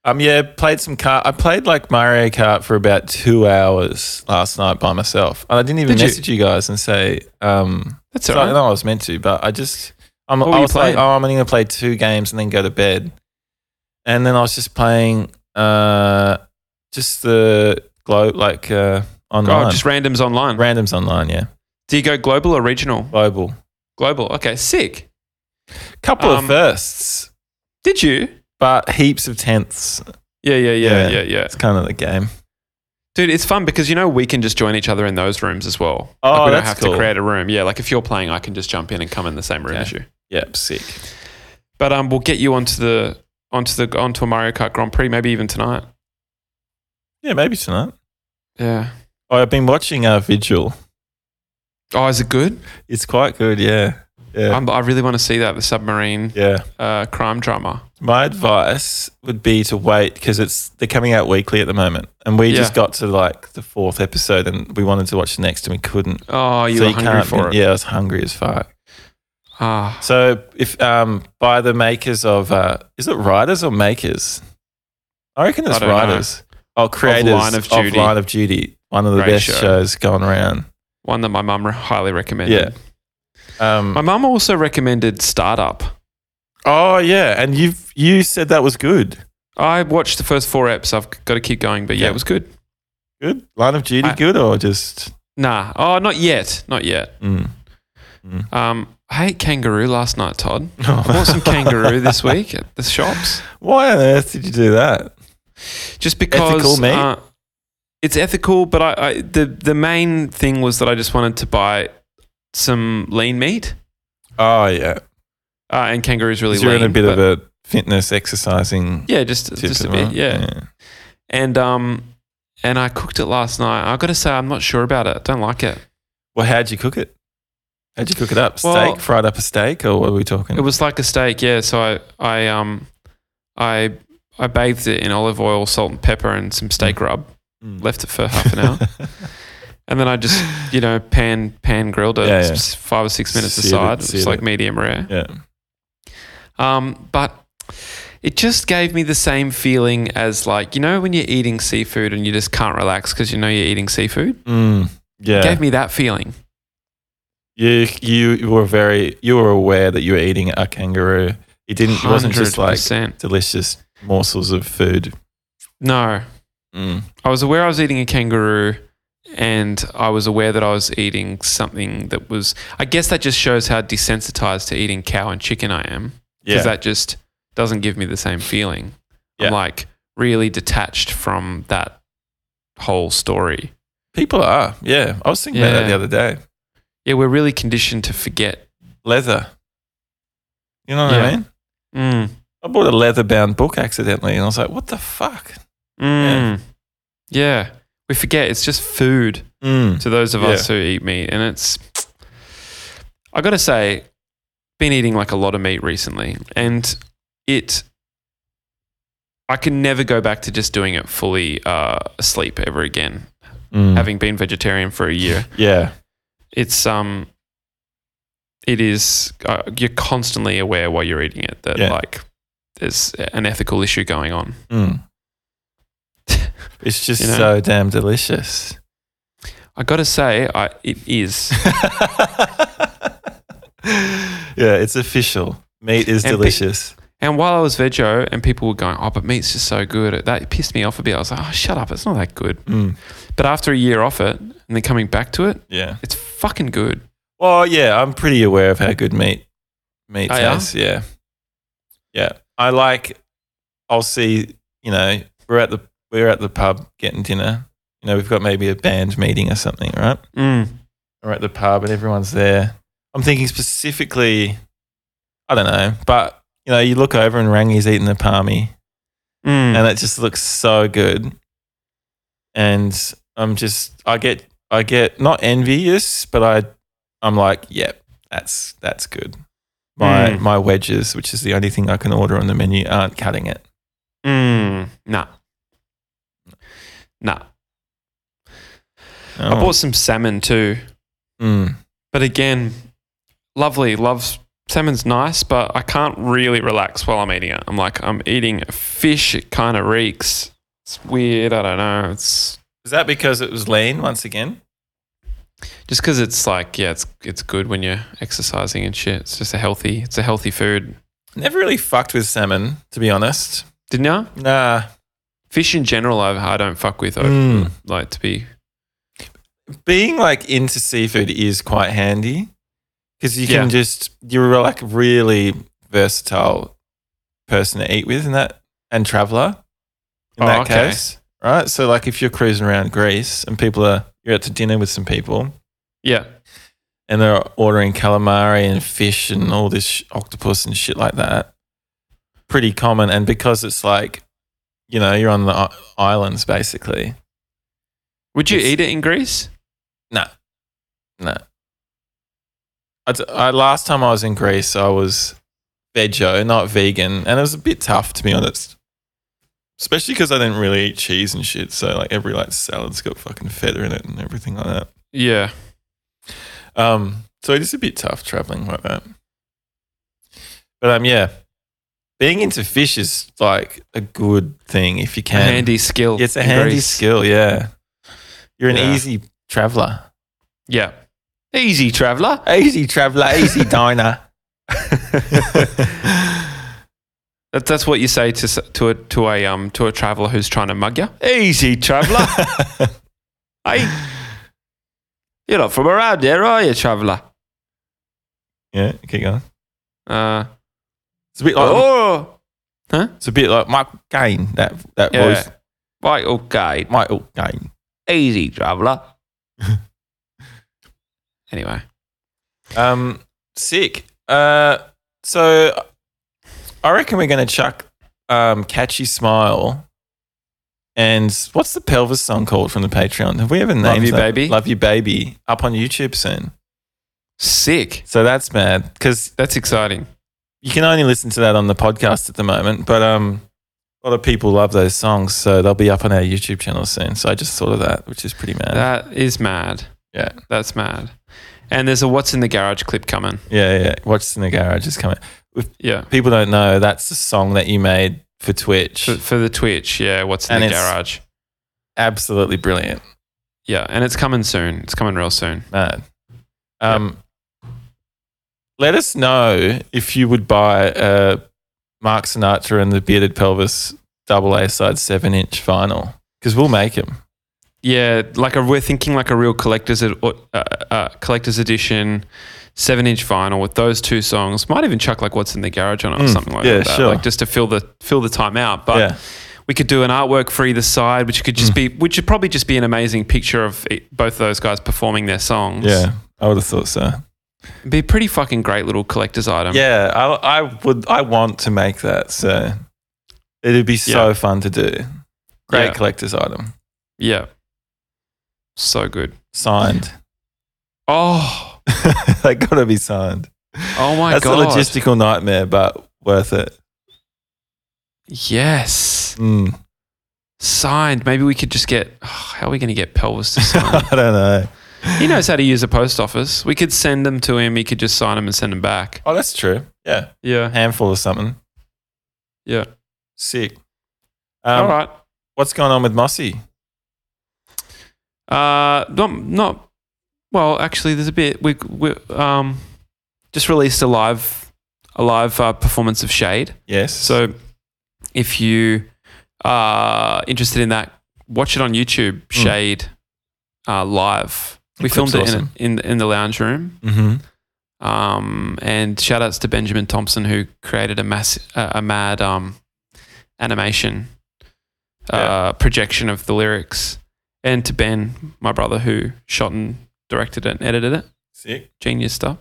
um, yeah, played some car. I played like Mario Kart for about two hours last night by myself. And I didn't even Did you? message you? guys and say, um, That's so all I right. know I was meant to, but I just, I'm, What were I you was like, playing? oh, I'm only going to play two games and then go to bed. And then I was just playing, uh, just the globe, like, uh, online. Oh, just randoms online. randoms online, yeah. Do you go global or regional? Global. Global. Okay, sick. Couple Um, of firsts, Did you? but heaps of tenths. Yeah, yeah, yeah, Yeah. yeah, yeah. It's kind of the game. Dude, it's fun because you know we can just join each other in those rooms as well. Oh, like we that's don't have cool. to create a room. Yeah, like if you're playing, I can just jump in and come in the same room Okay. as you. Yep, sick. But um, we'll get you onto the onto the onto a Mario Kart Grand Prix, maybe even tonight. Yeah, maybe tonight. Yeah. Oh, I've been watching uh, Vigil. Oh, is it good? It's quite good, yeah. Yeah. I'm, I really want to see that the submarine yeah. uh, crime drama. My advice would be to wait because it's they're coming out weekly at the moment. And we just Yeah. got to like the fourth episode and we wanted to watch the next and we couldn't. Oh, you were hungry for it. Yeah, I was hungry as fuck. Ah, So if um by the makers of uh is it writers or makers? I reckon it's I don't know. writers. Oh creators of Line of Duty. One of the Great best show. shows gone around. one that my mum highly recommended. Yeah. Um, My mum also recommended Startup. oh yeah, and you've you said that was good. I watched the first four eps. I've got to keep going, but yeah, Yeah. it was good. Good line of duty, I- good or just Nah. Oh, not yet. Not yet. mm. Um, I ate kangaroo last night, Todd. I bought some kangaroo this week at the shops. Why on earth did you do that? Just because Ethical, mate? uh, it's ethical, but I, I the the main thing was that I just wanted to buy some lean meat, Oh yeah, uh, and kangaroo's really you're lean. in a bit of but- a fitness exercising. yeah, just tip just a at the bit, moment. yeah. And um, and I cooked it last night. I got to say, I'm not sure about it. Don't like it. Well, how'd you cook it? How'd you cook it up? Steak, Well- fried up a steak, or what are we talking? It was like a steak, yeah. So I, I, um, I, I bathed it in olive oil, salt and pepper, and some steak rub. Mm. Left it for half an hour, and then I just, you know, pan pan grilled it Yeah, yeah. s- s- five or six minutes Seared it, aside. It, was seared like it. medium rare. yeah, Um, but it just gave me the same feeling as like you know when you're eating seafood and you just can't relax because you know you're eating seafood. mm. It yeah. gave me that feeling. You, you you were very you were aware that you were eating a kangaroo. It didn't. It wasn't just like 100%. delicious morsels of food. no. Mm. I was aware I was eating a kangaroo and I was aware that I was eating something that was I guess that just shows how desensitized to eating cow and chicken I am because Yeah, that just doesn't give me the same feeling. Yeah. I'm like really detached from that whole story. People are. Yeah. I was thinking about that Yeah. the other day. Yeah, we're really conditioned to forget. Leather. You know what Yeah. I mean? Mm. I bought a leather bound book accidentally and I was like, what the fuck? Mm. Yeah. We forget it's just food Mm. to those of Yeah. us who eat meat. And it's, I got to say, been eating like a lot of meat recently. And it, I can never go back to just doing it fully uh, asleep ever again, Mm. having been vegetarian for a year. yeah. It's, um, it is, uh, you're constantly aware while you're eating it that Yeah. like there's an ethical issue going on. Mm. It's just You know? so damn delicious. I got to say, I, it is. yeah, it's official. Meat is And pe- delicious. And while I was veggie, and people were going, "Oh, but meat's just so good," that pissed me off a bit. I was like, "Oh, shut up! It's not that good." Mm. But after a year off it, and then coming back to it, Yeah. it's fucking good. Well, yeah, I'm pretty aware of how good meat meat Oh, yeah? tastes. Yeah, yeah. I like. I'll see. You know, we're at the we're at the pub getting dinner. You know, we've got maybe a band meeting or something, right? Mm. We're at the pub and everyone's there. I'm thinking specifically. I don't know, but you know, you look over and Rangi's eating the palmy, Mm. and it just looks so good. And I'm just, I get, I get not envious, but I, I'm like, yep, that's that's good. My Mm. my wedges, which is the only thing I can order on the menu, aren't cutting it. Mm. Nah. Nah. I Oh. bought some salmon too, Mm. but again, lovely. Loves salmon's nice, but I can't really relax while I'm eating it. I'm like, I'm eating fish. It kind of reeks. It's weird. I don't know. It's Is that because it was lean once again? just because it's like yeah it's it's good when you're exercising and shit it's just a healthy it's a healthy food Never really fucked with salmon, to be honest. didn't you Nah, fish in general I, I don't fuck with I Mm. like to be being like into seafood is quite handy because you Yeah. can just you're like really versatile person to eat with in that and traveler in Oh, that okay. case right so like if you're cruising around greece and people are you're out to dinner with some people yeah and they're ordering calamari and fish and all this sh- octopus and shit like that pretty common and because it's like you know you're on the i- islands basically would you It's- eat it in Greece No, no. I, d- I- last time I was in Greece, I was veggie, not vegan, and it was a bit tough to be honest. Especially because I didn't really eat cheese and shit, so like every like salad's got fucking feta in it and everything like that. yeah Um, so it is a bit tough traveling like that. But um, yeah, being into fish is like a good thing if you a can. handy skill It's a in handy Greece. skill. Yeah, you're an Yeah. easy traveler. yeah easy traveller Easy traveller, easy diner. that, that's what you say to s- to a to a um to a traveller who's trying to mug you easy traveller hey you're not from around here are you traveller yeah, keep going. Um, uh It's a bit like oh it's a bit like Mike Gain that that Yeah. voice. right okay Michael Gain. easy traveler. anyway, Um, sick. Uh, so I reckon we're gonna chuck um catchy smile. And what's the pelvis song called from the Patreon? Have we ever named Love You that? Baby. Love you, baby. Up on YouTube soon. sick. So that's mad because That's exciting. you can only listen to that on the podcast at the moment, but um, a lot of people love those songs, so they'll be up on our YouTube channel soon. So I just thought of that, which is pretty mad. That is mad. yeah, That's mad. And there's a what's in the garage clip coming. yeah, yeah. What's in the garage is coming. Yeah. People don't know that's the song that you made for Twitch. For, for the Twitch, yeah, what's in And the it's- garage. Absolutely brilliant, Yeah, and it's coming soon. It's coming real soon. man. Um, let us know if you would buy a Mark Sinatra and the Bearded Pelvis double A side seven inch vinyl because we'll make them. Yeah, like a, we're thinking like a real collector's ed- uh, uh, collector's edition, seven inch vinyl with those two songs. Might even chuck like what's in the garage on it or Mm, something like yeah, that. sure. Like just to fill the fill the time out. But yeah, We could do an artwork for either side, which could just be, which would probably just be an amazing picture of it, both those guys performing their songs. Yeah, I would have thought so. It'd be a pretty fucking great little collector's item. Yeah, I, I would. I want to make that. So it'd be so Yeah. fun to do. Great Yeah. collector's item, Yeah. So good. signed. Oh, they gotta be signed. oh my That's god. a logistical nightmare, but worth it. yes. Mm. Signed. Maybe we could just get. oh, how are we going to get Pelvis to sign? I don't know. he knows how to use a post office. We could send them to him. He could just sign them and send them back. Oh, that's true. Yeah, a Yeah. handful or something. Yeah. Sick. All Um, right. What's going on with Mossy? Uh, not not. Well, actually, there's a bit. We we um, just released a live a live uh, performance of Shade. Yes. So if you are interested in that, watch it on YouTube. Shade uh, live. We That filmed clip's it awesome. in, in in the lounge room. hmm Um, and shout outs to Benjamin Thompson who created a mass uh, a mad um, animation uh, projection of the lyrics, and to Ben, my brother, who shot and directed it and edited it. sick. Genius stuff.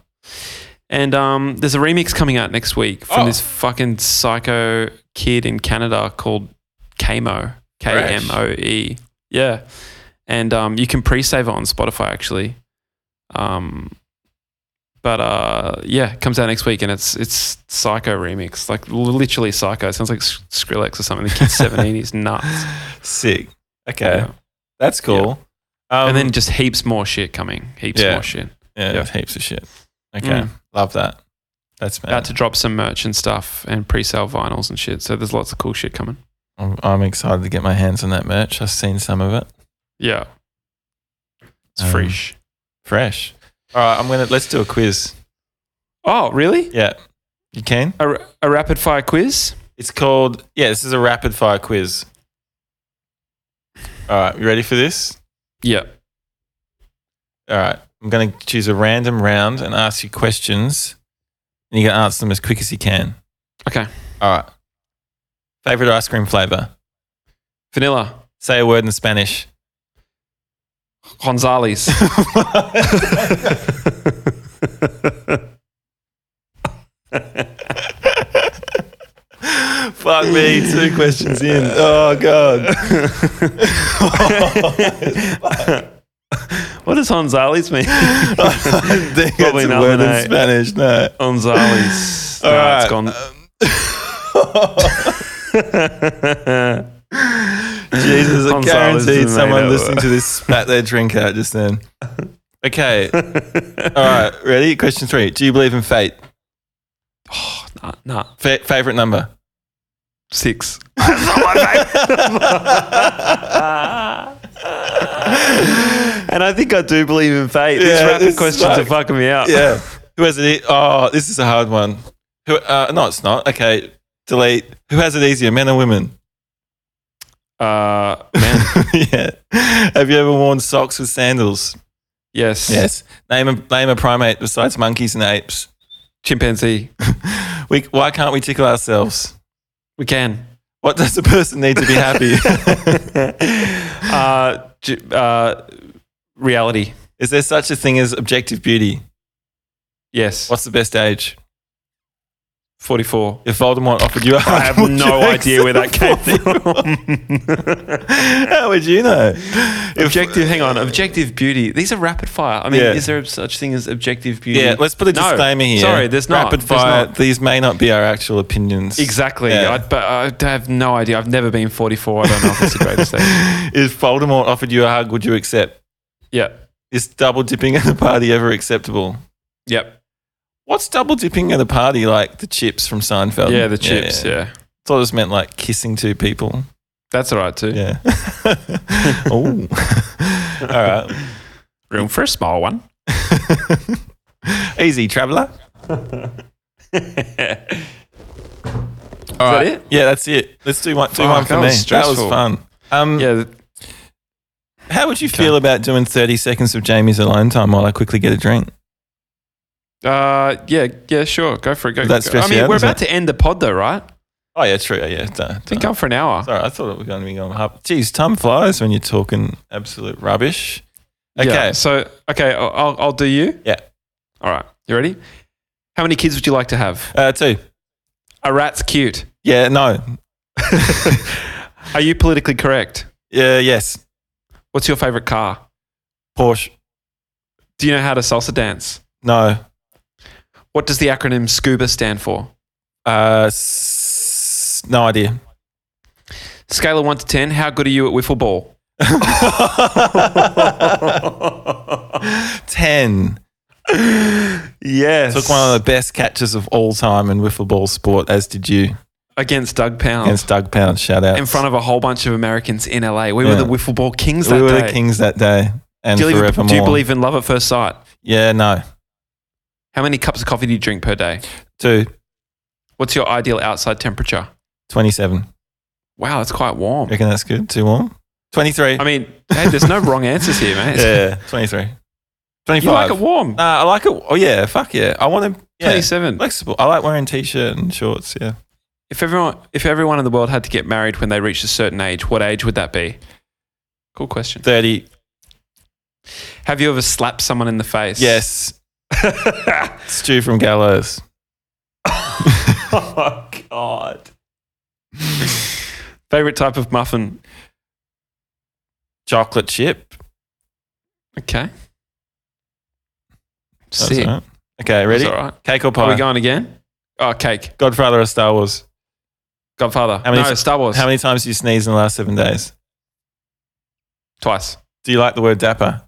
And um, there's a remix coming out next week from Oh. this fucking psycho kid in Canada called Kmo. K M O E. Yeah. And um, you can pre save it on Spotify actually. Um, but uh, yeah, it comes out next week and it's it's psycho remix. Like literally psycho. It sounds like S- Skrillex or something. The kid's 17. He's nuts. Sick. Okay, Yeah. that's cool. Um, and then just heaps more shit coming. Heaps Yeah. more shit. yeah, yeah. heaps of shit. Okay, Mm. love that. That's mad. About to drop some merch and stuff and pre sale vinyls and shit. So there's lots of cool shit coming. I'm, I'm excited to get my hands on that merch. I've seen some of it. Yeah. It's Um, fresh. Fresh. All right, I'm gonna let's do a quiz. Oh, really? Yeah, you can. A, ra- a rapid fire quiz? It's called yeah. This is a rapid fire quiz. All right, you ready for this? Yeah. All right, I'm gonna choose a random round and ask you questions, and you can answer them as quick as you can. Okay. All right. Favorite ice cream flavor? Vanilla. Say a word in Spanish. Gonzales. Fuck me, two questions in. Oh god. what does Gonzales mean? I think Probably it's a not, word no. in Spanish. No. Gonzales. All no, right. it's gone. Jesus, I Gonzales guarantee made someone that listening word. to this spat their drink out just then. Okay. All right. Ready? Question three. Do you believe in fate? Nah, nah. Fa- favorite number? Six. and I think I do believe in fate. These Yeah, rapid this questions sucks. are fucking me up. Yeah. Who has it? E- oh, this is a hard one. Who? Uh, no, it's not. Okay. Delete. Who has it easier, men or women? Uh, man. yeah. Have you ever worn socks with sandals? Yes. Yes. Name a name a primate besides monkeys and apes. Chimpanzee. We, why can't we tickle ourselves? We can. What does a person need to be happy? Uh, j- uh, reality. is there such a thing as objective beauty? Yes. What's the best age? 44. If Voldemort offered you, I have no idea where that came from. How would you know? objective, hang on. Objective beauty. These are rapid fire. I mean, Yeah. is there such thing as objective beauty? Yeah, let's put a No. disclaimer here. Sorry, there's not. rapid There's fire. not. These may not be our actual opinions. Exactly. Yeah. I, but I have no idea. I've never been 44. I don't know if it's the greatest thing. If Voldemort offered you a hug, would you accept? Yeah. Is double dipping at a party ever acceptable? Yep. What's double dipping at a party like the chips from Seinfeld? yeah, the chips. Yeah. thought it was meant like kissing two people. That's all right, too. Yeah. oh. All right. Room for a small one. Easy, traveller. All right. Is that it? Yeah, that's it. Let's do one. Do Fuck, one for that me. was that was stressful. fun. Um, Yeah. th- How would you feel about doing 30 seconds of Jamie's alone time while I quickly get a drink? Uh, yeah, yeah, sure. Go for it. Go. That's go. I stressed you mean, out, we're doesn't about to end the pod though, right? Oh yeah, true. Yeah, yeah. Done, Been done. going for an hour. Sorry, I thought it was going to be going up. Geez, time flies when you're talking absolute rubbish. Okay. Yeah, so okay, I'll- I'll, I'll do you. Yeah. All right. You ready? How many kids would you like to have? Uh, two. A rat's cute. Yeah. No. Are you politically correct? Yeah. Yes. What's your favorite car? Porsche. Do you know how to salsa dance? No. What does the acronym SCUBA stand for? Uh, s- no idea. Scale of 1 to 10, how good are you at wiffle ball? Ten. Yes. Took one of the best catches of all time in wiffle ball sport, as did you Against Doug Pound. against Doug Pound. Shout out in front of a whole bunch of Americans in LA. We were Yeah. the wiffle ball kings We that were day. the kings that day and do, you forevermore. believe, do you believe in love at first sight? Yeah. No. How many cups of coffee do you drink per day? Two. What's your ideal outside temperature? Twenty-seven. Wow, it's quite warm. Reckon that's good. Too warm. Twenty-three. I mean, hey, there's no wrong answers here, mate. yeah. Twenty-three. Twenty-five. You like it warm. Nah, I like it. Oh yeah, fuck yeah. I want to. Yeah, 27. flexible. I like wearing t-shirt and shorts. Yeah, If everyone if everyone in the world had to get married when they reached a certain age, what age would that be? Cool question. thirty. Have you ever slapped someone in the face? Yes. Stu from Gallows. oh god. Favorite type of muffin? Chocolate chip. Okay. That's Sick. all right. Okay, That's ready? all right. Cake or Are we pie? going again? Oh, cake. Godfather or Star Wars? Godfather. How many- no, Star Wars. How many times do you sneeze in the last seven days? Twice. Do you like the word dapper?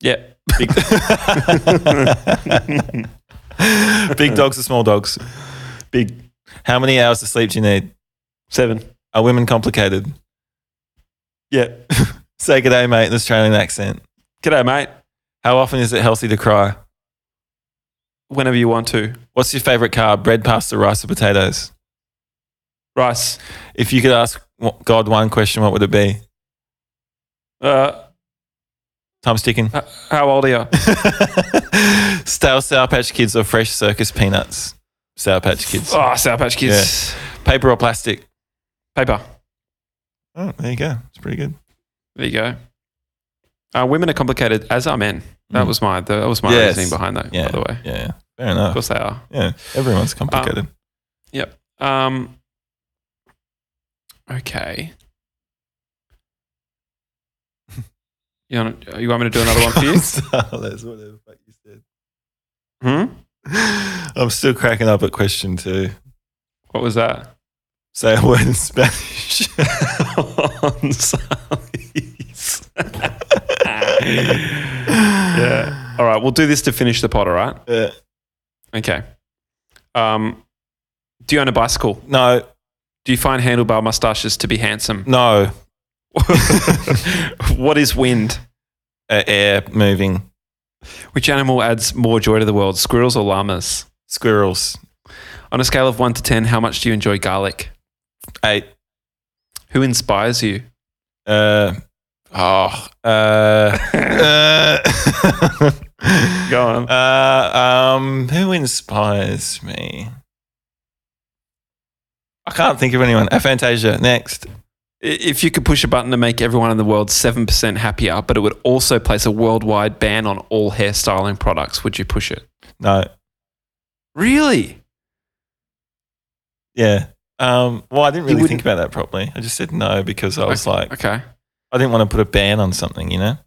Yeah. Big, Big dogs or small dogs? Big. How many hours of sleep do you need? Seven. Are women complicated? Yeah. Say g'day, mate, in Australian accent. G'day, mate. How often is it healthy to cry? Whenever you want to. What's your favorite carb? Bread, pasta, rice, or potatoes? Rice. If you could ask w- God one question, what would it be? Uh, Time's ticking. h- how old are you? Stale Sour Patch Kids or fresh circus peanuts? Sour Patch Kids. Oh, Sour Patch Kids. Paper or plastic? Paper. Oh, there you go. It's pretty good. There you go. Uh, women are complicated, as are men. That Mm. was my that was my Yes. reasoning behind that. Yeah. By the way, Yeah. Fair of enough. course they are. Yeah. Everyone's complicated. Um, okay. You want, you want me to do another one for you? Starless, whatever the fuck you said. hmm? I'm still cracking up at question two. What was that? Say a word in Spanish. yeah. All right. We'll do this to finish the pot. All right. Yeah. Okay. Um, do you own a bicycle? no, Do you find handlebar mustaches to be handsome? no. what is wind? Uh, air moving. Which animal adds more joy to the world, squirrels or llamas? Squirrels. On a scale of one to 10, how much do you enjoy garlic? Eight. Who inspires you? Uh, oh. Uh, uh, Go on. Uh, um, who inspires me? I can't think of anyone. Aphantasia, next. If you could push a button to make everyone in the world 7% happier, but it would also place a worldwide ban on all hairstyling products, would you push it? No. Really? Yeah. Um, well, I didn't You really wouldn't- think about that properly. I just said no because I was like, Okay. I didn't want to put a ban on something, you know?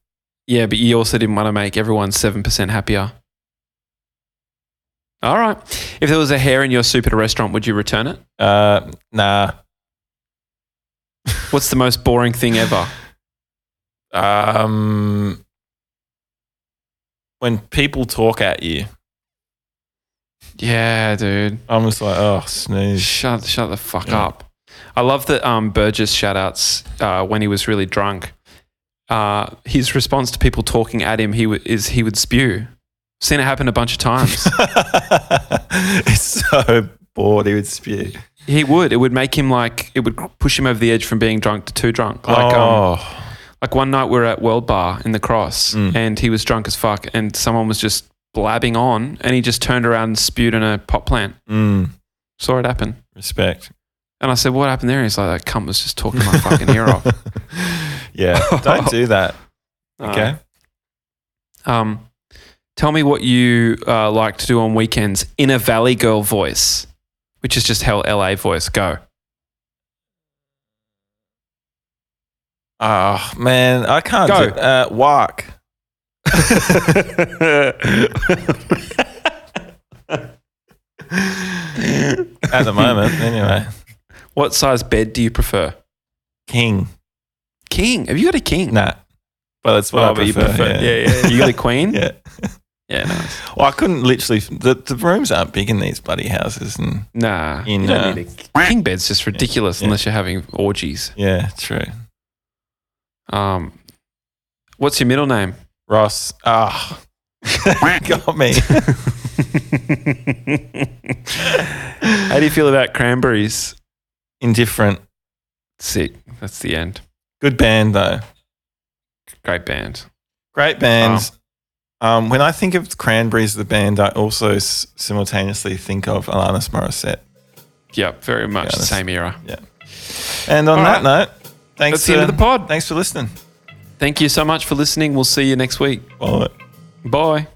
Yeah, but you also didn't want to make everyone 7% happier. All right. If there was a hair in your soup at a restaurant, would you return it? Uh, nah. What's the most boring thing ever? Um, when people talk at you, Yeah, dude. I'm just like, oh, snooze. Shut, shut the fuck Yeah. up. I love that um, Burgess shout outs uh, when he was really drunk. Uh, his response to people talking at him he w- is he would spew. Seen it happen a bunch of times. it's so bored. He would spew. he would. It would make him like, it would push him over the edge from being drunk to too drunk. Like, um, oh, Like one night we were at World Bar in the Cross, Mm. and he was drunk as fuck, and someone was just blabbing on, and he just turned around and spewed in a pot plant. Mm. Saw it happen. Respect. And I said, what happened there? And he's like, that cunt was just talking my fucking ear off. yeah. Don't do that. Okay. Uh, um, tell me what you uh, like to do on weekends in a Valley Girl voice, which is just how LA voice go. Oh man, I can't Go. do uh walk. At the moment, anyway. What size bed do you prefer? King. King. Have you got a king? Nah. But that's what I Oh, but prefer. you prefer- Yeah. yeah, yeah. You got a queen? Yeah. Yeah, nice. Well, I couldn't literally the, the rooms aren't big in these bloody houses and Nah. in you uh, don't need a king bed's just ridiculous Yeah. unless you're having orgies. Yeah, true. Um, what's your middle name? Ross. Ah. Got me. How do you feel about cranberries? Indifferent. Sick. That's the end. Good band though. Great band. Great bands. Um, when I think of Cranberries, the band, I also s- simultaneously think of Alanis Morissette. Yep, very much Yeah, the that's- same era. And on All that note, thanks That's the end for- of the pod. Thanks for listening. Thank you so much for listening. We'll see you next week. Follow it. Bye.